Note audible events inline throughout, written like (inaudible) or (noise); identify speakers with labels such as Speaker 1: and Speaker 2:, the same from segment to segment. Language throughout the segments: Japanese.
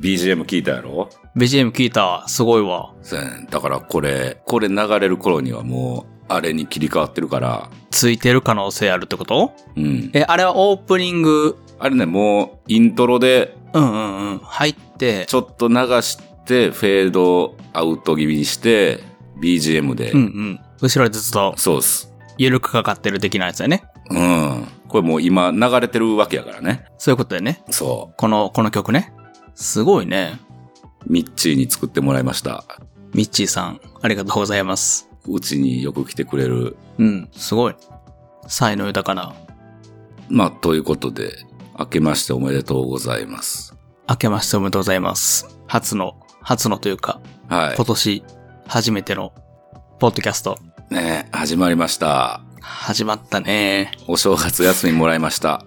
Speaker 1: BGM 聞いたやろ
Speaker 2: BGM 聞いた。すごいわ。
Speaker 1: せん。だからこれ、これ流れる頃にはもう、あれに切り替わってるから、
Speaker 2: ついてる可能性あるってこと
Speaker 1: うん。
Speaker 2: え、あれはオープニング、
Speaker 1: あれね、もう、イントロで、
Speaker 2: うんうんうん、入って、
Speaker 1: ちょっと流して、フェードアウト気味にして、BGM で。
Speaker 2: うんうん。後ろでずっと、
Speaker 1: そうっす。
Speaker 2: ゆるくかかってる的なやつだよね。
Speaker 1: うん。これもう今流れてるわけやからね。
Speaker 2: そういうことだよね。
Speaker 1: そ
Speaker 2: この、この曲ね。すごいね。
Speaker 1: う。ミッチーに作ってもらいました。
Speaker 2: ミッチーさん、ありがとうございます。
Speaker 1: うちによく来てくれる。
Speaker 2: うん、すごい。才能豊かな。
Speaker 1: まあ、ということで、明けましておめでとうございます。
Speaker 2: 明けましておめでとうございます。初の、初のというか、
Speaker 1: は
Speaker 2: 今年、初めての、ポッドキャスト、
Speaker 1: い。ねえ始まりました。
Speaker 2: 始まったね。
Speaker 1: お正月休みもらいました。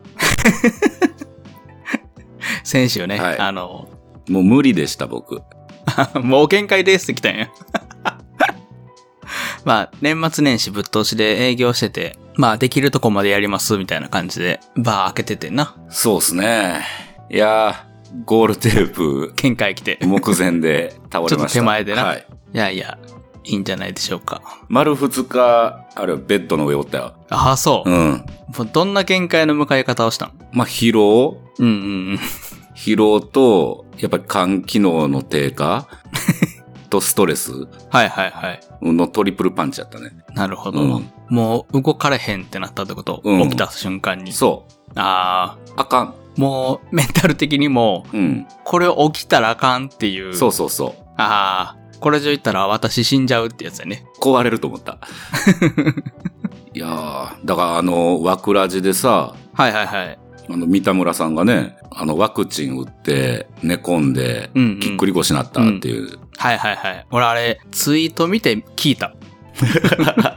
Speaker 2: 先週ね、
Speaker 1: はい
Speaker 2: あの、
Speaker 1: もう無理でした、僕。
Speaker 2: (laughs) もう限界ですって来たんや。 (laughs) まあ、年末年始ぶっ通しで営業してて、まあ、できるとこまでやります、みたいな感じで、バー開けててんな。
Speaker 1: そうっすね。いやー、ゴールテープ、
Speaker 2: 県外来て。い
Speaker 1: 目前で倒れました。
Speaker 2: (laughs) ちょっと手前でな
Speaker 1: はい。
Speaker 2: やいや、いいんじゃないでしょうか。
Speaker 1: 丸二日、あれはベッドの上おったよ。
Speaker 2: ああ、そう
Speaker 1: う。ん。
Speaker 2: もうどんな限界の迎え方をしたん
Speaker 1: まあ、疲労
Speaker 2: うんうんうん。
Speaker 1: 疲労と、やっぱり肝機能の低
Speaker 2: (laughs)
Speaker 1: 下とストレス
Speaker 2: はいはいはい。
Speaker 1: のトリプルパンチだったね。
Speaker 2: なるほど。
Speaker 1: うん
Speaker 2: もう動かれへんってなったってこと、
Speaker 1: うん
Speaker 2: 起きた瞬間に。
Speaker 1: そ
Speaker 2: あ
Speaker 1: う。あかん。
Speaker 2: あ、もうメンタル的にも、
Speaker 1: うん。
Speaker 2: これ起きたらあかんっていう。
Speaker 1: そうそうそう。
Speaker 2: ああ、これ以上言ったら私死んじゃうってやつだね。
Speaker 1: 壊れると思
Speaker 2: (laughs)
Speaker 1: った。いやー、だからあの、ワクラジでさ、
Speaker 2: はいはいはい。
Speaker 1: あの、三田村さんがね、あの、ワクチン打って、寝込んで、
Speaker 2: うん、うん。
Speaker 1: ぎっくり腰になったっていう。
Speaker 2: はいはいはい。俺あれ、ツイート見て聞いた。 (laughs)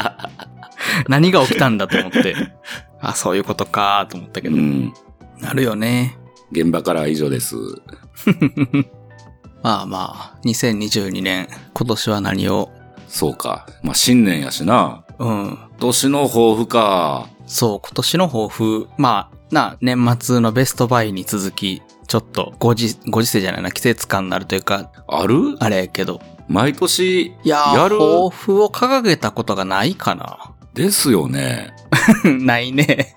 Speaker 2: 何が起きたんだと思って。 (laughs) あ、そういうことかと思ったけ
Speaker 1: うん。
Speaker 2: ど。なるよね。
Speaker 1: 現場からは以上です。
Speaker 2: まあまあ、2022年、今年は何を、
Speaker 1: そうか。まあ、新年やしな。
Speaker 2: うん。
Speaker 1: 今年の抱負か。
Speaker 2: そう、今年の抱負、まあ、な、年末のベストバイに続き、ちょっと、ご時、ご時世じゃないな、季節感になるというか、
Speaker 1: ある
Speaker 2: あれやけど。
Speaker 1: 毎年
Speaker 2: いやー、
Speaker 1: やる
Speaker 2: 抱負を掲げたことがないかな。 (laughs)
Speaker 1: ですよね。
Speaker 2: ない (laughs) ね。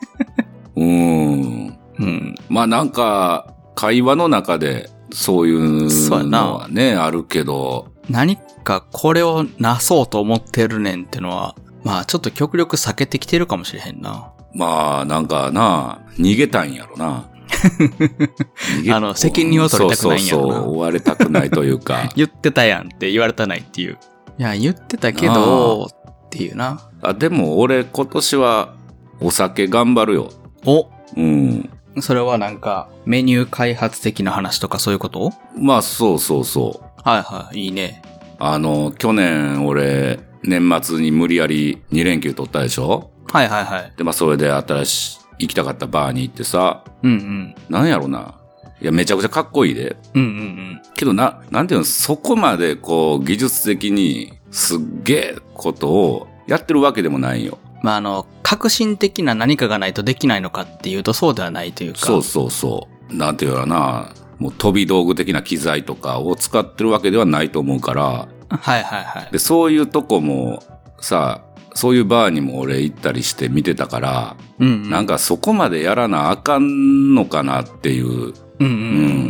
Speaker 1: うーん。
Speaker 2: うん。
Speaker 1: まあなんか、会話の中でそういう
Speaker 2: そうやな
Speaker 1: のはね、あるけど、
Speaker 2: 何かこれをなそうと思ってるねんってのは、まあちょっと極力避けてきてるかもしれへんな。
Speaker 1: まあなんかな、逃げたんやろな。逃げ
Speaker 2: (laughs) あの責任を取りたくないんやろな
Speaker 1: そうそうそう、追われたくないという
Speaker 2: (laughs)。
Speaker 1: か
Speaker 2: 言ってたやんって言われたないっていう。いや、言ってたけど、っていうな。
Speaker 1: あでも俺今年はお酒頑張るよ。
Speaker 2: お
Speaker 1: うん。
Speaker 2: それはなんか、メニュー開発的な話とかそういうこと
Speaker 1: まあそうそうそう。
Speaker 2: はいはい、いいね。
Speaker 1: あの、去年俺、年末に無理やり2連休取ったでしょ
Speaker 2: はいはいはい。
Speaker 1: で、まあ、それで新しい、行きたかったバーに行ってさ、
Speaker 2: うんうん。
Speaker 1: なんやろな。いや、めちゃくちゃかっこいいで。
Speaker 2: うんうん
Speaker 1: けどな、なんていうの、そこまでこう、技術的にすっげえことをやってるわけでもないよ。
Speaker 2: うん。まああの、革新的な何かがないとできないのかっていうとそうではないというか。
Speaker 1: そうそうそう。なんていうのな、もう飛び道具的な機材とかを使ってるわけではないと思うから、
Speaker 2: はいはいはい。
Speaker 1: で、そういうとこもさ、そういうバーにも俺行ったりして見てたから、
Speaker 2: うん、うん。
Speaker 1: なんかそこまでやらなあかんのかなっていう
Speaker 2: うんう。
Speaker 1: うん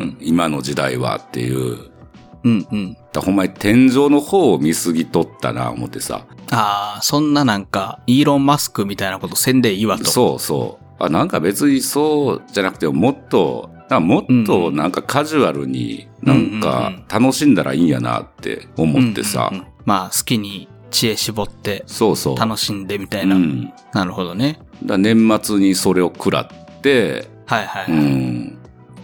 Speaker 1: ん、今の時代はっていう。
Speaker 2: うんうん。
Speaker 1: だほんまに天井の方を見すぎとったな、思ってさ。
Speaker 2: ああ、そんななんか、イーロン・マスクみたいなことせんでいいわと。
Speaker 1: そうそう。あ、なんか別にそうじゃなくても、もっと、なんかもっとなんかカジュアルになん
Speaker 2: うんうん
Speaker 1: か楽しんだらいいんやなって思ってさ。
Speaker 2: うんうんうんまあ、好きに知恵絞って、
Speaker 1: そうそう。
Speaker 2: 楽しんでみた
Speaker 1: う
Speaker 2: いな。
Speaker 1: ん。
Speaker 2: なるほどね。
Speaker 1: だ年末にそれを食らって、
Speaker 2: はいはい。
Speaker 1: うん、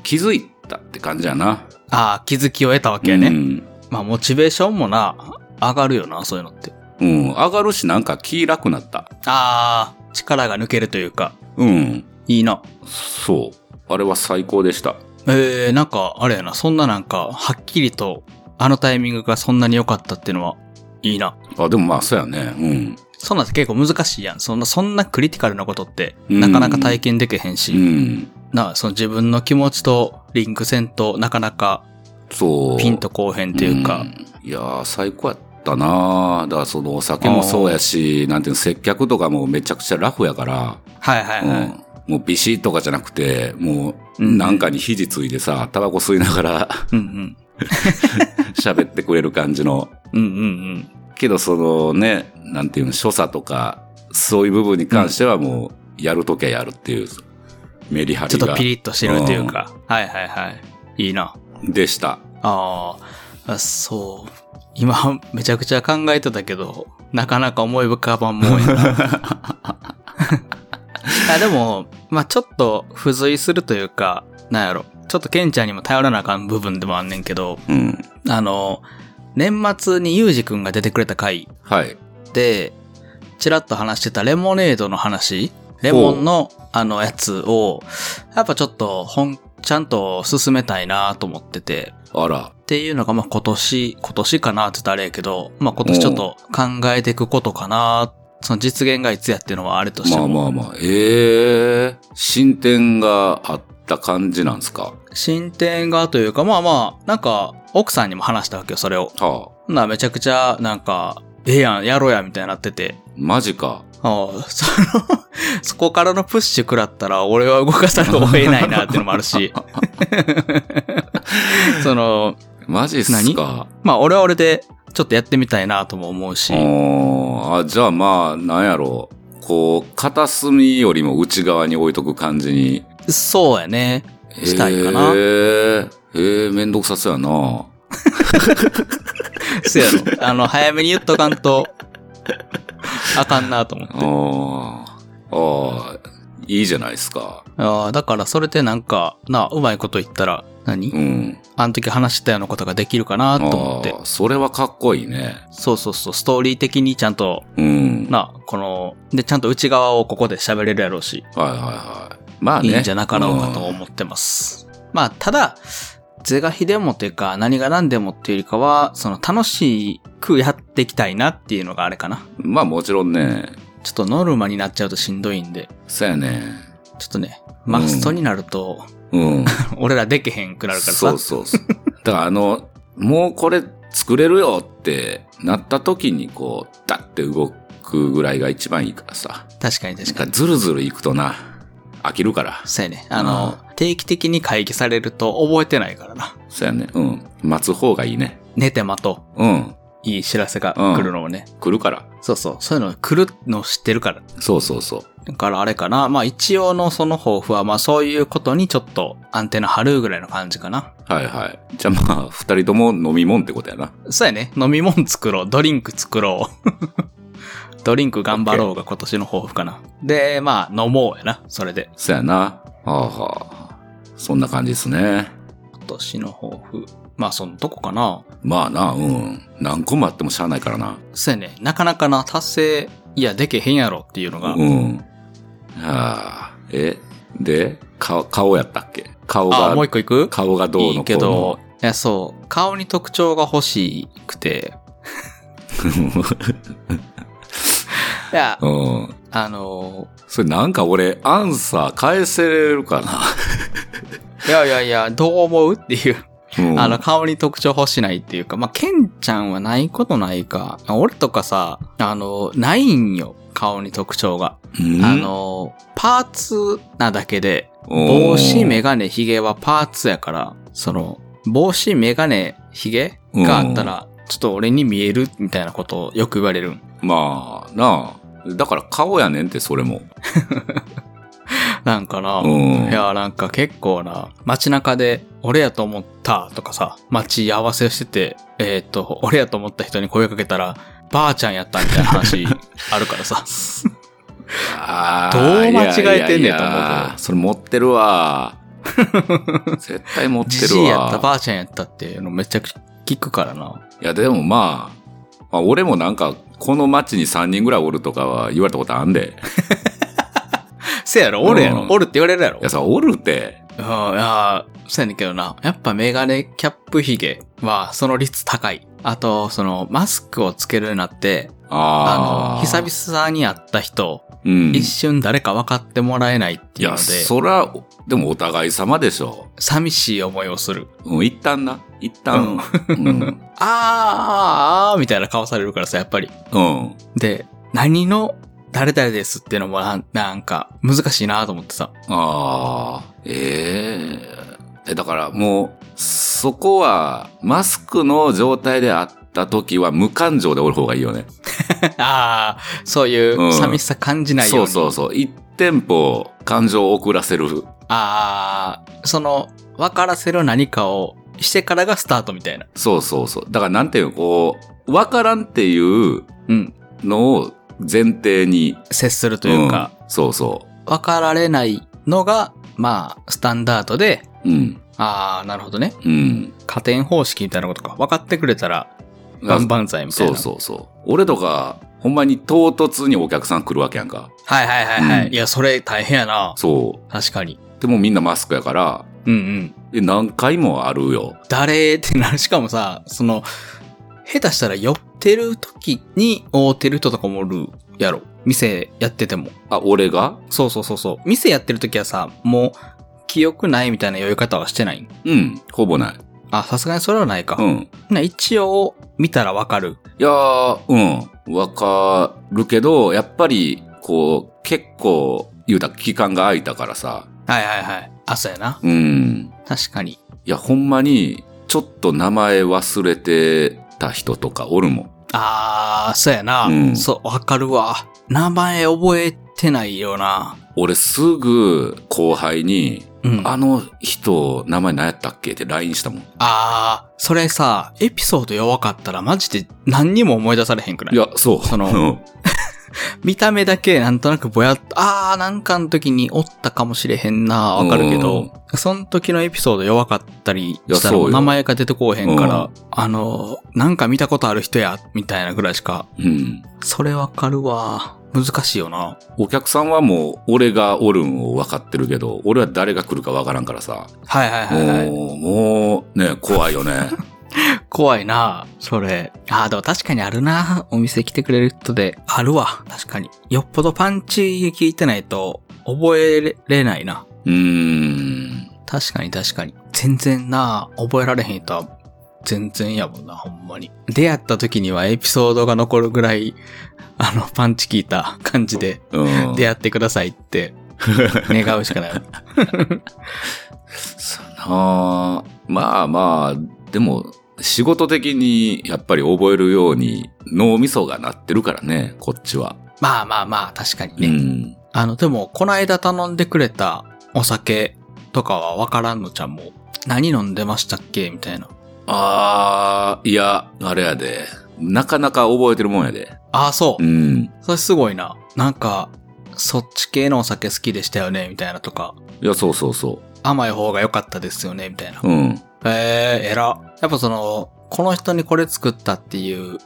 Speaker 1: 気づいたって感じやな。
Speaker 2: ああ、気づきを得たわけやね。
Speaker 1: うん。
Speaker 2: まあ、モチベーションもな、上がるよな、そういうのって。
Speaker 1: うん。上がるしなんか気楽なった。
Speaker 2: ああ、力が抜けるというか、
Speaker 1: うん。
Speaker 2: いいな。
Speaker 1: そう。あれは最高でした。
Speaker 2: えー、なんか、あれやな、そんななんか、はっきりと、あのタイミングがそんなに良かったっていうのは、いいな。
Speaker 1: あ、でもまあ、そうやね。うん。
Speaker 2: そんなんって結構難しいやん。そんな、そんなクリティカルなことって、
Speaker 1: うん
Speaker 2: なかなか体験できへんし、
Speaker 1: うん。
Speaker 2: な、その自分の気持ちとリンクせんとなかなか
Speaker 1: そう。
Speaker 2: ピンとこうへんっていうか、
Speaker 1: うんいやー、最高やったなーだからそのお酒もそうやし、なんていうの、接客とかもめちゃくちゃラフやから、
Speaker 2: はいはいはい。
Speaker 1: うん、もうビシッとかじゃなくて、もう
Speaker 2: うん
Speaker 1: なんかに肘ついてさ、タバコ吸いながら (laughs)
Speaker 2: うん
Speaker 1: 喋ってくれる感じの。
Speaker 2: うん。うんうん
Speaker 1: けどそのね、なんていうの、所作とか、そういう部分に関してはもう、やるときはやるっていう、メリハ
Speaker 2: うん。ちょ
Speaker 1: リ
Speaker 2: っと
Speaker 1: が
Speaker 2: ピリッとしてるっていうか。はいはいはい。いいな。
Speaker 1: でした。
Speaker 2: あーあ、そう。今、めちゃくちゃ考えてたけど、なかなか思い浮かばんもんやな。あでも、まあちょっと付随するというか、なんやろ。ちょっとケンちゃんにも頼らなあかん部分でもあんねんけど、
Speaker 1: うん。
Speaker 2: あの、年末にユージくんが出てくれた回
Speaker 1: はい。
Speaker 2: で、ちらっと話してたレモネードの話、レモンのあのやつを、やっぱちょっと本、ちゃんと進めたいなと思ってて、
Speaker 1: あら。
Speaker 2: っていうのが、まあ今年、今年かなって言ったらあれやけど、まあ今年ちょっと考えていくことかな、その実現がいつやっていうのはあれとして
Speaker 1: まあ
Speaker 2: も、
Speaker 1: まあまあ。ええ進展があった感じなんですか。
Speaker 2: 進展がというか、まあまあ、なんか奥さんにも話したわけよ、それを。
Speaker 1: はあ。
Speaker 2: なめちゃくちゃ、なんか、ええやん、やろうや、みたいになってて。
Speaker 1: マジか。
Speaker 2: ああ、その、そこからのプッシュ食らったら、俺は動かさざるを得ないなっていうのもあ
Speaker 1: (laughs)
Speaker 2: るし。その、
Speaker 1: マジっすか。
Speaker 2: まあ、俺は俺で、ちょっとやってみたいなとも思うし。
Speaker 1: おーあ、じゃあまあ、なんやろう。こう、片隅よりも内側に置いとく感じに。
Speaker 2: そうやね。したいかな
Speaker 1: ええええめんどくさそうやな。
Speaker 2: そうやろ。あの、早めに言っとかんと、あかんなと思って。
Speaker 1: ああ。ああ、いいじゃないですか。
Speaker 2: ああ、だからそれでなんか、な、うまいこと言ったら、何
Speaker 1: うん。
Speaker 2: あの時話したようなことができるかなと思って
Speaker 1: あ。あ、それはかっこいいね。
Speaker 2: そうそうそう、ストーリー的にちゃんと
Speaker 1: うん。はい
Speaker 2: な、この、で、ちゃんと内側をここで喋れるやろうし、
Speaker 1: はいはい。まあね。
Speaker 2: いいんじゃなかろうかと
Speaker 1: うん
Speaker 2: 思ってます。まあ、ただ、是が非でもというか、何が何でもっていうよりかは、その楽しくやっていきたいなっていうのがあれかな。
Speaker 1: まあもちろんね。
Speaker 2: ちょっとノルマになっちゃうとしんどいんで、
Speaker 1: そうやね。
Speaker 2: ちょっとね、マストになると、 (laughs)
Speaker 1: うん。
Speaker 2: 俺らでけへんくなるからさ。
Speaker 1: そうそうそう。だからあの、もうこれ作れるよってなった時にこう、ダッて動くぐらいが一番いいからさ。
Speaker 2: 確かに
Speaker 1: な
Speaker 2: 確
Speaker 1: ん
Speaker 2: か
Speaker 1: か
Speaker 2: に。
Speaker 1: ずるずるいくとな、飽きるから。
Speaker 2: そうやね。あの、定期的に会議されると覚えてないからな。
Speaker 1: そうやね。うん。待つ方がいいね。
Speaker 2: 寝て待とう。
Speaker 1: うん。
Speaker 2: いい知らせが来るのをね。
Speaker 1: 来るから。
Speaker 2: そうそう。そういうの来るの知ってるから。
Speaker 1: そうそうそう。
Speaker 2: だからあれかな。まあ一応のその抱負は、まあそういうことにちょっとアンテナ張るぐらいの感じかな。
Speaker 1: はいはい。じゃあまあ、二人とも飲み物ってことやな。
Speaker 2: そうやね。飲み物作ろう。ドリンク作ろう。 (laughs) ドリンク頑張ろうが今年の抱負かな。で、まあ飲もうやな。それで。
Speaker 1: そうやな。はあはあ。そんな感じですね。
Speaker 2: 今年の抱負。まあそのとこかな。
Speaker 1: まあな、うん。何個もあってもしゃあないからな。
Speaker 2: そうやね。なかなかな、達成、いや、でけへんやろっていうのが。
Speaker 1: うん。はあ。えで顔、顔やったっけ顔
Speaker 2: あ、
Speaker 1: が
Speaker 2: もう、一個いく
Speaker 1: 顔がどう
Speaker 2: いい
Speaker 1: のこ
Speaker 2: け
Speaker 1: う
Speaker 2: ど
Speaker 1: の。、
Speaker 2: いや、そう。顔に特徴が欲しくて。いや、
Speaker 1: (laughs) うん。
Speaker 2: あの
Speaker 1: それなんか俺、アンサー返せれるか
Speaker 2: ー、いやいやいや、どう思うっていう。
Speaker 1: な。うん、
Speaker 2: あの、顔に特徴欲しないっていうか、まあ、ケンちゃんはないことないか。俺とかさ、あの、ないんよ。顔に特徴が。
Speaker 1: うん、
Speaker 2: あの、パーツなだけで、
Speaker 1: うん、
Speaker 2: 帽子、メガネ、ヒゲはパーツやから、その、帽子、メガネ、ヒゲがあったら、ちょっと俺に見えるみたいなことをよく言われるん。
Speaker 1: まあ、なあ。だから顔やねんって、それ
Speaker 2: (laughs)
Speaker 1: も。
Speaker 2: なんかな。
Speaker 1: うん
Speaker 2: いや、なんか結構な、街中で、俺やと思ったとかさ、待ち合わせしてて、えーっ、と、俺やと思った人に声かけたら、ばあちゃんやったみたいな
Speaker 1: (laughs)
Speaker 2: 話あるからさ。
Speaker 1: あ
Speaker 2: どう間違えてんねんと思うけど
Speaker 1: けど。それ持ってる
Speaker 2: (laughs)
Speaker 1: わ。絶対持って
Speaker 2: じ
Speaker 1: る
Speaker 2: じ
Speaker 1: わ。
Speaker 2: いやった、ばあちゃんやったっていうのめちゃくちゃ聞くからな。
Speaker 1: いや、でもまあ、まあ、俺もなんか、この街に3人ぐらいおるとかは言われたことあんで。
Speaker 2: せやろ、おるやろ、
Speaker 1: うん
Speaker 2: おるって言われるやろ。
Speaker 1: いや、さ、おるって。
Speaker 2: うん、いやー、そうやねんけどな。やっぱメガネ、キャップ、ヒゲは、その率高い。あと、その、マスクをつけるようになって、あ
Speaker 1: ああ。
Speaker 2: の、久々に会った人
Speaker 1: うん。
Speaker 2: 一瞬誰か分かってもらえないって
Speaker 1: い
Speaker 2: いう
Speaker 1: や、
Speaker 2: ので、
Speaker 1: そら、でもお互い様でしょ
Speaker 2: 寂しい思いをする。
Speaker 1: う。うん、一旦な。一旦。うん。うん。
Speaker 2: あーあーあーみたいな顔されるからさ、やっぱり。
Speaker 1: うん。
Speaker 2: で、何の誰々ですっていうのもなんなんか難しいなと思ってさ。 (laughs)
Speaker 1: ああ、えええ、だからもう、そこは、マスクの状態であった時は無感情でおる方がいいよね。
Speaker 2: ああ、そういううん寂しさ感じないよう
Speaker 1: そ
Speaker 2: に。
Speaker 1: うそうそう。一テンポ、感情を遅らせる。
Speaker 2: ああ、その、分からせる何かをしてからがスタートみたいな。
Speaker 1: そうそうそう。だからなんていうの、こう、わからんっていう
Speaker 2: うん。
Speaker 1: のを前提に。
Speaker 2: 接するというか、
Speaker 1: うんそうそ
Speaker 2: 分かられないのが、まあ、スタンダードで、
Speaker 1: う。うん。
Speaker 2: ああ、なるほどね。
Speaker 1: うん。
Speaker 2: 加点方式みたいなことか。分かってくれたら、万々歳みたい
Speaker 1: そう
Speaker 2: な。
Speaker 1: そうそう。俺とか、ほんまに唐突にお客さん来るわけやんか。
Speaker 2: はいはいはいはい。
Speaker 1: うん
Speaker 2: いや、それ大変やな。
Speaker 1: そ
Speaker 2: 確かに。
Speaker 1: う。でもみんなマスクやから、
Speaker 2: うんうん。
Speaker 1: え、何回もあるよ。
Speaker 2: 誰ってなる。しかもさ、その、下手したら寄ってる時に会うてる人とかもおるやろ。店やってても。
Speaker 1: あ、俺が
Speaker 2: そうそうそうそう。店やってる時はさ、もう、記憶ないみたいな酔い方はしてない。
Speaker 1: うん、ほぼない。
Speaker 2: あ、さすがにそれはないか。
Speaker 1: うん。
Speaker 2: な一応、見たらわかる。
Speaker 1: いやー、うん、わかるけど、やっぱり、こう、結構、言うたら期間が空いたからさ、
Speaker 2: はいはいはい。あ、そうやな。
Speaker 1: うん。
Speaker 2: 確かに。
Speaker 1: いや、ほんまに、ちょっと名前忘れてた人とかおるもん。
Speaker 2: あー、そうやな。
Speaker 1: うん
Speaker 2: そう、わかるわ。名前覚えてないよな。
Speaker 1: 俺すぐ後輩に、
Speaker 2: うん。
Speaker 1: あ
Speaker 2: あ
Speaker 1: の人、名前何やったっけって LINE したもん。い
Speaker 2: あー、それさ、エピソード弱かったらマジで何にも思い出されへんくない
Speaker 1: や、そう。
Speaker 2: その
Speaker 1: うん
Speaker 2: 見た目だけなんとなくぼやっと、あーなんかの時におったかもしれへんな、わかるけど、その時のエピソード弱かったり
Speaker 1: いや
Speaker 2: した
Speaker 1: そ
Speaker 2: ら
Speaker 1: うよ
Speaker 2: 名前が出てこうへんか
Speaker 1: う
Speaker 2: ら
Speaker 1: ん、
Speaker 2: あの、なんか見たことある人や、みたいなぐらいしか、
Speaker 1: (laughs) うん。
Speaker 2: それわかるわ。難しいよな。
Speaker 1: お客さんはもう、俺がおるんを分かってるけど、俺は誰が来るか分からんからさ。
Speaker 2: はいはいはい、はい。
Speaker 1: もう、もう、ね、怖いよ
Speaker 2: (laughs)
Speaker 1: ね。
Speaker 2: 怖いな、それ。あーでも確かにあるな。お店来てくれる人で、あるわ。確かに。よっぽどパンチ効いてないと、覚えれないな。
Speaker 1: うーん。
Speaker 2: 確かに確かに。全然な、覚えられへん人は、全然やもんな、ほんまに。出会った時にはエピソードが残るぐらい、あの、パンチ効いた感じで、
Speaker 1: うん。
Speaker 2: 出会ってください (laughs) って、願うしかない。
Speaker 1: そのまあまあ、でも、仕事的にやっぱり覚えるように脳みそがなってるからね、こっちは。
Speaker 2: まあまあまあ、確かに
Speaker 1: う
Speaker 2: ね。
Speaker 1: ん。
Speaker 2: あの、でも、こないだ頼んでくれたお酒とかはわからんのちゃんも、何飲んでましたっけみたいな。
Speaker 1: ああ、いや、あれやで。なかなか覚えてるもんやで。
Speaker 2: ああ、そう
Speaker 1: う。ん。
Speaker 2: それすごいな。なんか、そっち系のお酒好きでしたよねみたいなとか、
Speaker 1: いや、そうそうそ
Speaker 2: 甘い方が良かったですよねみたいな。
Speaker 1: う。うん。
Speaker 2: ええー、偉。やっぱその、この人にこれ作ったっていう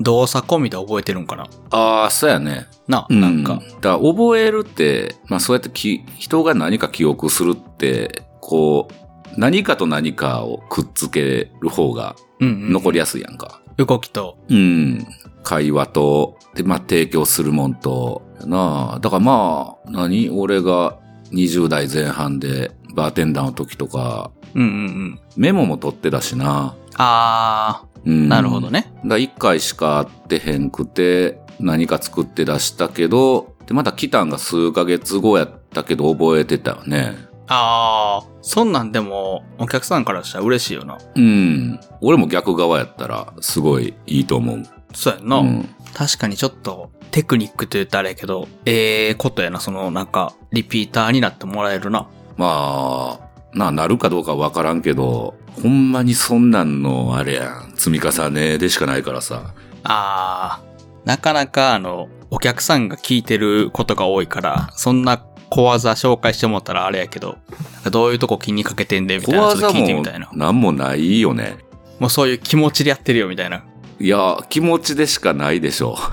Speaker 2: 動作込みで覚えてるんかな
Speaker 1: ああ、そうやね。
Speaker 2: な、
Speaker 1: う
Speaker 2: なんか。
Speaker 1: だから覚えるって、まあそうやってき人が何か記憶するって、こう、何かと何かをくっつける方が
Speaker 2: うん、うん。
Speaker 1: 残りやすいやんか。
Speaker 2: 動きと。
Speaker 1: うん。会話と、で、まあ提供するもんと、やなあだからまあ、何俺が20代前半でバーテンダーの時とか、
Speaker 2: うんうんうん。
Speaker 1: メモも取ってたしな。
Speaker 2: あ
Speaker 1: うん。
Speaker 2: ー、なるほどね。
Speaker 1: だ1回しか会ってへんくて、何か作って出したけど、で、また来たんが数ヶ月後やったけど覚えてたよね。
Speaker 2: あー、そんなんでも、お客さんからしたら嬉しいよな。
Speaker 1: うん。俺も逆側やったら、すごいいいと思う。
Speaker 2: そうやんな。
Speaker 1: うん。
Speaker 2: 確かにちょっと、テクニックと言ったらあれやけど、ええことやな、その、なんか、リピーターになってもらえるな。
Speaker 1: まあ、な、なるかどうかわからんけど、ほんまにそんなんの、あれやん、積み重ねでしかないからさ。
Speaker 2: あー、なかなか、あの、お客さんが聞いてることが多いから、そんな小技紹介してもらったらあれやけど、なんかどういうとこ気にかけてんで、みた
Speaker 1: 小
Speaker 2: いな、ち
Speaker 1: 技
Speaker 2: ょっと聞いて
Speaker 1: も
Speaker 2: みたいな。
Speaker 1: なんもないよね。
Speaker 2: もうそういう気持ちでやってるよ、みたいな。
Speaker 1: いや、気持ちでしかないでしょ。 (laughs)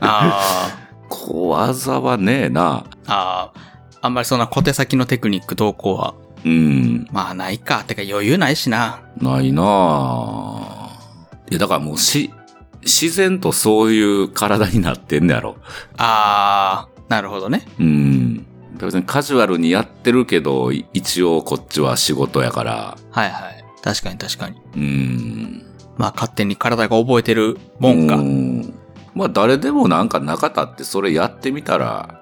Speaker 2: あ
Speaker 1: 小技はねえな。
Speaker 2: ー、 (laughs) あー、あんまりそんな小手先のテクニック動向は、
Speaker 1: うん。
Speaker 2: まあないか。てか余裕ないしな。
Speaker 1: ないなぁ。いや、だからもうし、自然とそういう体になってんだろ。
Speaker 2: あー、なるほどね。
Speaker 1: うん。別にカジュアルにやってるけど、い一応こっちは仕事やから。
Speaker 2: はいはい。確かに確かに。
Speaker 1: うん。
Speaker 2: まあ勝手に体が覚えてるもんか。
Speaker 1: うんまあ誰でもなんか中田ってそれやってみたら、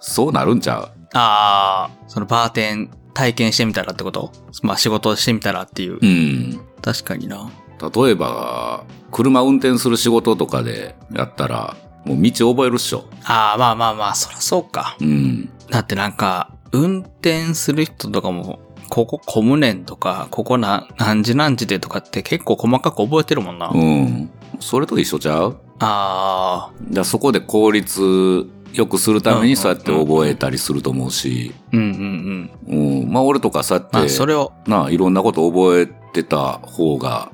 Speaker 1: そうなるんちゃ
Speaker 2: あー、そのバーテン体験してみたらってことまあ仕事してみたらっていう
Speaker 1: う。うん。
Speaker 2: 確かにな。
Speaker 1: 例えば、車運転する仕事とかでやったら、もう道覚えるっしょ。
Speaker 2: あー、まあまあまあ、そらそうか。
Speaker 1: うん。
Speaker 2: だってなんか、運転する人とかも、ここコムネンとか、ここな、何時何時でとかって結構細かく覚えてるもんな。
Speaker 1: うん。それと一緒ちゃう
Speaker 2: あ
Speaker 1: だからそこで効率良くするため
Speaker 2: うん
Speaker 1: にそうやって覚えたりすると思うし、
Speaker 2: ー、うんうんうん。
Speaker 1: うん。まあ俺とかさって、
Speaker 2: まあそれを、
Speaker 1: なあ、いろんなこと覚えてた方が、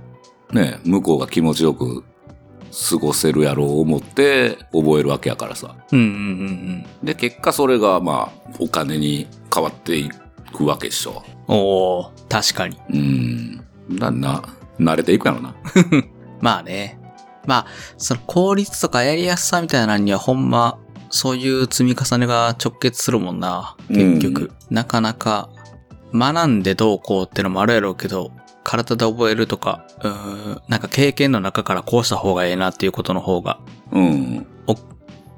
Speaker 1: ね、向こうが気持ちよく過ごせるやろう思って覚えるわけやからさ。
Speaker 2: うんうんうんうん。
Speaker 1: で、結果それが、まあ、お金に変わっていくわけっしょ。
Speaker 2: おー、確かに。
Speaker 1: うん。な、な、慣れていくやろな。
Speaker 2: まあね。まあ、その効率とかやりやすさみたいなのにはほんま、そういう積み重ねが直結するもんな。結局。なかなか、学んでどうこうってのもあるやろうけど、体で覚えるとか、うーん、なんか経験の中からこうした方がええなっていうことの方が
Speaker 1: うん。
Speaker 2: 大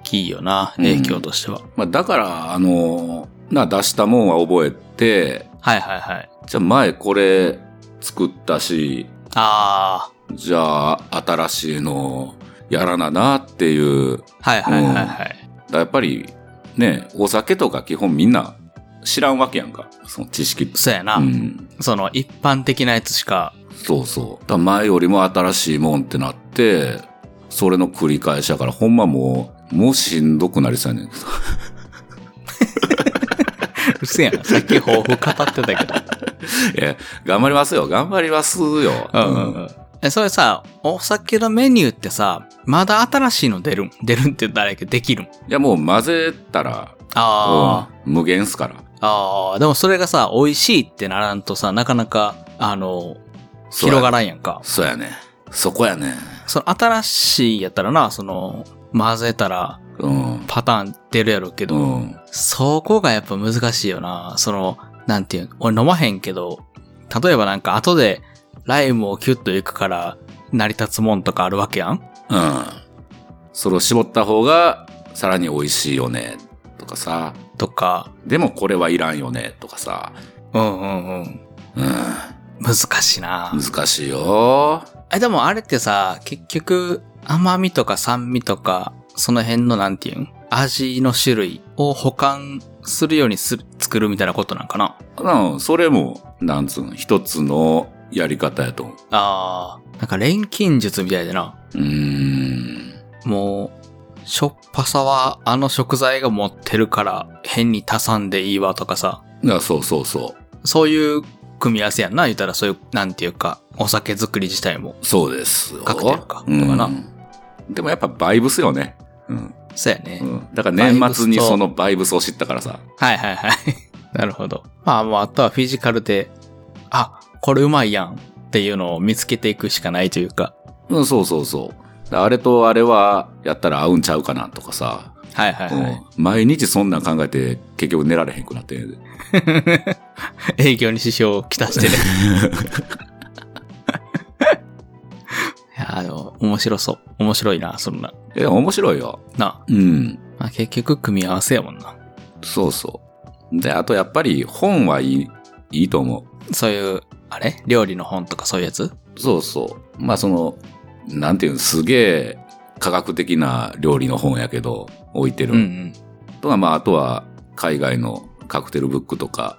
Speaker 2: きいよな、
Speaker 1: うん
Speaker 2: 影響としては。
Speaker 1: まあ、だから、あの、な、出したもんは覚えて、
Speaker 2: はいはいはい。
Speaker 1: じゃあ前これ作ったし、
Speaker 2: あ
Speaker 1: じゃあ新しいのやらななっていう
Speaker 2: ー、はいはいはいは
Speaker 1: だ
Speaker 2: い。
Speaker 1: からやっぱりね、お酒とか基本みんな知らんわけやんか。その知識。
Speaker 2: そうやな。
Speaker 1: うん。
Speaker 2: その一般的なやつしか、
Speaker 1: そうそう。だから前よりも新しいもんってなって、それの繰り返しやから、ほんまもう、もうしんどくなりそうやねんけ (laughs) ど。
Speaker 2: うるせえな。さっき抱負語ってたけど。
Speaker 1: え、頑張りますよ。頑張りますよ。
Speaker 2: うん。え、それさ、お酒のメニューってさ、まだ新しいの出るん (laughs) 出るんって言ったらあれやけどできるん
Speaker 1: いや、もう混ぜたら、
Speaker 2: あ
Speaker 1: うん無限っすから。
Speaker 2: あ、ああ、でもそれがさ、美味しいってならんとさ、なかなか、あの、
Speaker 1: そうや
Speaker 2: 広がらんやんか。
Speaker 1: そうやね。そこやね。
Speaker 2: その新しいやったらな、その、混ぜたら
Speaker 1: うん。
Speaker 2: パターン出るやろうけど、
Speaker 1: うん。
Speaker 2: そこがやっぱ難しいよな。その、なんていうの、俺飲まへんけど、例えばなんか後でライムをキュッといくから成り立つもんとかあるわけやん
Speaker 1: うん。それを絞った方が、さらに美味しいよね。とかさ。
Speaker 2: とか、
Speaker 1: でもこれはいらんよね。とかさ。
Speaker 2: うんうんうん。
Speaker 1: うん。
Speaker 2: 難しいな。
Speaker 1: 難しいよ。
Speaker 2: え、でもあれってさ、結局、甘みとか酸味とか、その辺のなんていうん味の種類を保管するようにする、作るみたいなことなんかな
Speaker 1: うん。それも、なんつうの、一つのやり方やと思う。
Speaker 2: あー、なんか錬金術みたいでな。
Speaker 1: うーん。
Speaker 2: もう、しょっぱさはあの食材が持ってるから変に足さんでいいわとかさ、
Speaker 1: いや、そうそうそ
Speaker 2: そういう組み合わせやんな、言ったらそういう、なんていうか、お酒作り自体も。
Speaker 1: う。そうですよ。
Speaker 2: カクテルか
Speaker 1: うん
Speaker 2: とかな
Speaker 1: でもやっぱバイブスよね。うん。
Speaker 2: そうやね。
Speaker 1: うん。だから年末に
Speaker 2: バイブスと
Speaker 1: そのバイブスを知ったからさ。
Speaker 2: はいはいはい。 (laughs) なるほど。まあもうあとはフィジカルで、あ、これうまいやんっていうのを見つけていくしかないというか。
Speaker 1: うん、そうそうそう。あれとあれはやったら合うんちゃうかなとかさ。
Speaker 2: はいはいは
Speaker 1: う
Speaker 2: い
Speaker 1: ん。毎日そんなん考えて結局寝られへんくなってんねんで。
Speaker 2: 営業に支障をきたしてね。 (laughs) いや、あの、面白そう。面白いな、そんな。
Speaker 1: え、面白いよ。
Speaker 2: な。
Speaker 1: うん。
Speaker 2: まあ、結局組み合わせやもんな。
Speaker 1: そうそう。で、あとやっぱり本はいい、いいと思
Speaker 2: そういう、あれ料理の本とかそういうやつ
Speaker 1: う。そうそう。まあその、なんていうの、すげえ科学的な料理の本やけど、置いて
Speaker 2: う
Speaker 1: る。
Speaker 2: んうん。
Speaker 1: とか、まああとは海外のカクテルブックとか、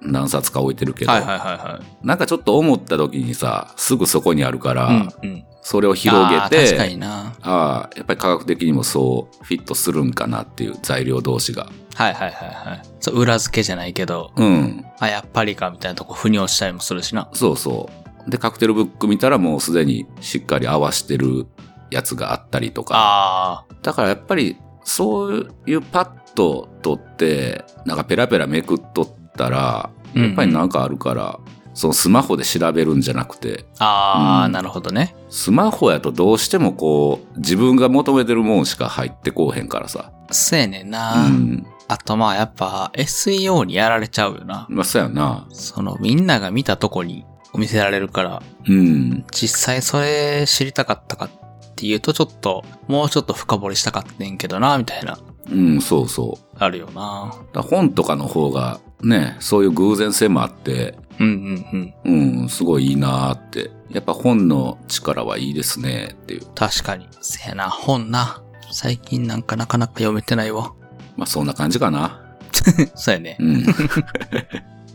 Speaker 1: 何冊か置いてるけど、
Speaker 2: はいはいは
Speaker 1: なんかちょっと思った時にさ、すぐそこにあるから、
Speaker 2: いはい。うんうん。
Speaker 1: それを広げ
Speaker 2: あー
Speaker 1: て、
Speaker 2: 確かにな。
Speaker 1: ああ、やっぱり科学的にもそうフィットするんかなっていう材料同士が。
Speaker 2: はいはいはいはい。そう、裏付けじゃないけど、
Speaker 1: うん。
Speaker 2: あ、やっぱりかみたいなとこ腑に落ちたりもするしな。
Speaker 1: そうそう。で、カクテルブック見たらもうすでにしっかり合わしてるやつがあったりとか。
Speaker 2: ああ、
Speaker 1: だからやっぱりそういうパッと取って、なんかペラペラめくっとったら、
Speaker 2: うん
Speaker 1: やっぱりなんかあるから、そのスマホで調べるんじゃなくて、
Speaker 2: あー、
Speaker 1: うん
Speaker 2: なるほどね。
Speaker 1: スマホやとどうしてもこう、自分が求めてるもんしか入ってこうへんからさ。
Speaker 2: そうやねん
Speaker 1: う
Speaker 2: な。
Speaker 1: ん。
Speaker 2: あとまあやっぱ SEO にやられちゃうよな。
Speaker 1: まあ、そうやな。
Speaker 2: そのみんなが見たとこに見せられるから、
Speaker 1: うん。
Speaker 2: 実際それ知りたかったかっていうとちょっと、もうちょっと深掘りしたかってんけどな、みたいな、
Speaker 1: うん、そうそう。
Speaker 2: あるよな。
Speaker 1: だから本とかの方が、ね、そういう偶然性もあって、
Speaker 2: うんうんうん。
Speaker 1: うん、すごいいいなーって。やっぱ本の力はいいですねっていう。
Speaker 2: 確かに。せやな、本な。最近なんかなかなか読めてないわ。 (laughs)
Speaker 1: まあそんな感じかな。
Speaker 2: そうやね。 (laughs)
Speaker 1: うん。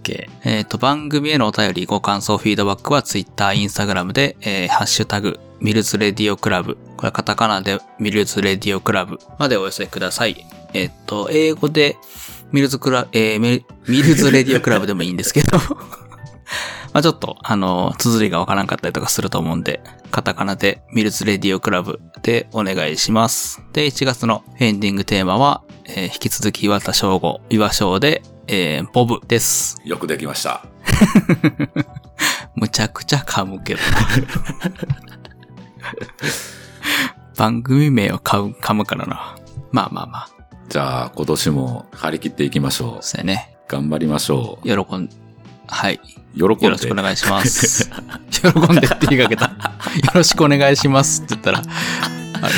Speaker 2: OK えっ、と、番組へのお便り、ご感想、フィードバックは Twitter、Instagram で、えーハッシュタグ、ミルズレディオクラブ。これはカタカナでミルズレディオクラブまでお寄せください。えっ、と、英語でミルズクラ、えーミルミルズレディオクラブでもいいんですけど。 (laughs) まあちょっと、あの、綴りがわからんかったりとかすると思うんで、カタカナでミルズレディオクラブでお願いします。で、1月のエンディングテーマは、えー引き続き岩田翔吾、岩翔で、えーボブです。
Speaker 1: よくできました。
Speaker 2: むちゃくちゃ噛むけどな。番組名を噛む噛むからな。まあまあまあ。
Speaker 1: じゃあ今年も張り切っていきましょう。
Speaker 2: そうやね。
Speaker 1: 頑張りましょう。
Speaker 2: 喜ん、はい。
Speaker 1: 喜んで。
Speaker 2: よろしくお願いします。喜んでって言いかけた。よろしくお願いしますって言ったら、あ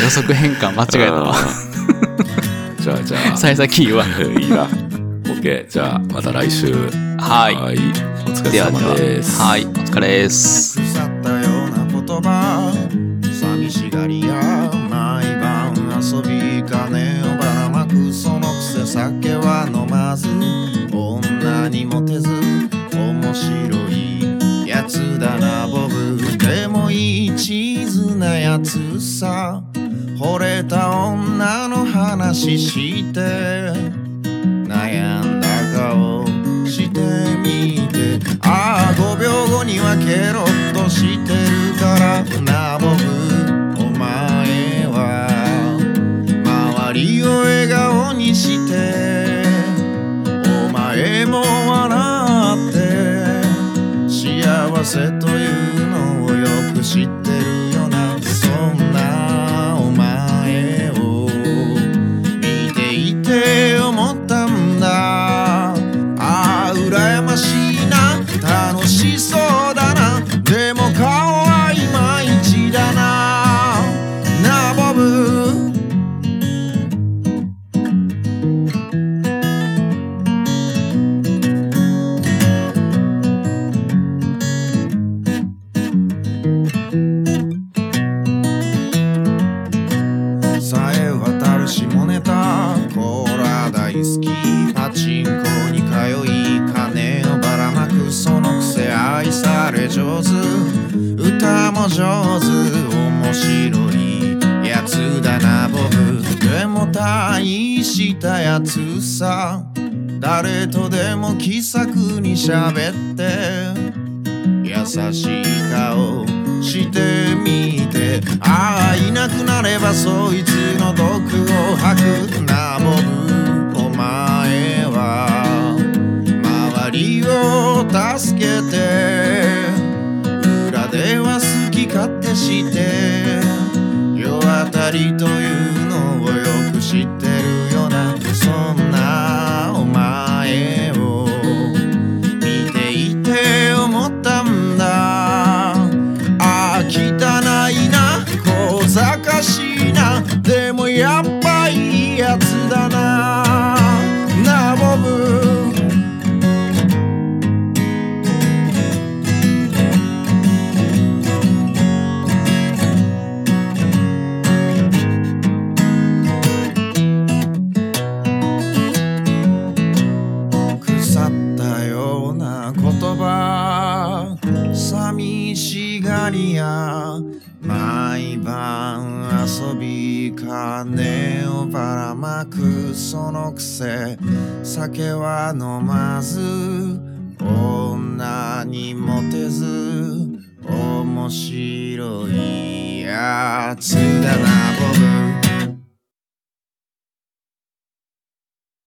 Speaker 2: 予測変換間違えた
Speaker 1: あ
Speaker 2: わ。
Speaker 1: ー (laughs) じゃあじゃあ。
Speaker 2: 幸先いい
Speaker 1: (laughs)
Speaker 2: わ。
Speaker 1: いいな。OK。じゃあ、また来週。
Speaker 2: はい
Speaker 1: いお疲れ
Speaker 2: ではで
Speaker 1: 様
Speaker 2: は。
Speaker 1: です。
Speaker 2: はい。お疲れです。
Speaker 3: 腐ったような言葉寂しがり屋毎晩遊び金をばらまくそのくせ酒は飲まず女にモテず面白いやつだなボブでもいいチーズなやつさ惚れた女の話して悩んだ顔してみてああ5秒後にはケロッとしてるからな僕お前は周りを笑顔にしてお前も笑って幸せというのをよく知ってるよなそんなお前を見ていて思ったんだああ羨ましいな楽しそうだなでも顔はいまいちだななあボブさえ渡る下ネタコーラ大好きパチンコに通い金をばらまくそのくせ愛され上手歌も上手面白いやつだな僕でも大したやつさ誰とでも気さくに喋って優しい顔してみてああいなくなればそいつの毒を吐くなボブお前は周りを助けて裏では好き勝手して世当たりというのをよく知ってるよなそんなお前を見ていて思ったんだああ汚いな小賢しいなでもやっぱいいやつだななあボブ腐ったような言葉寂しがりや毎晩遊び金をばらまくそのくせ酒は飲まず女にモテず面白いやつだな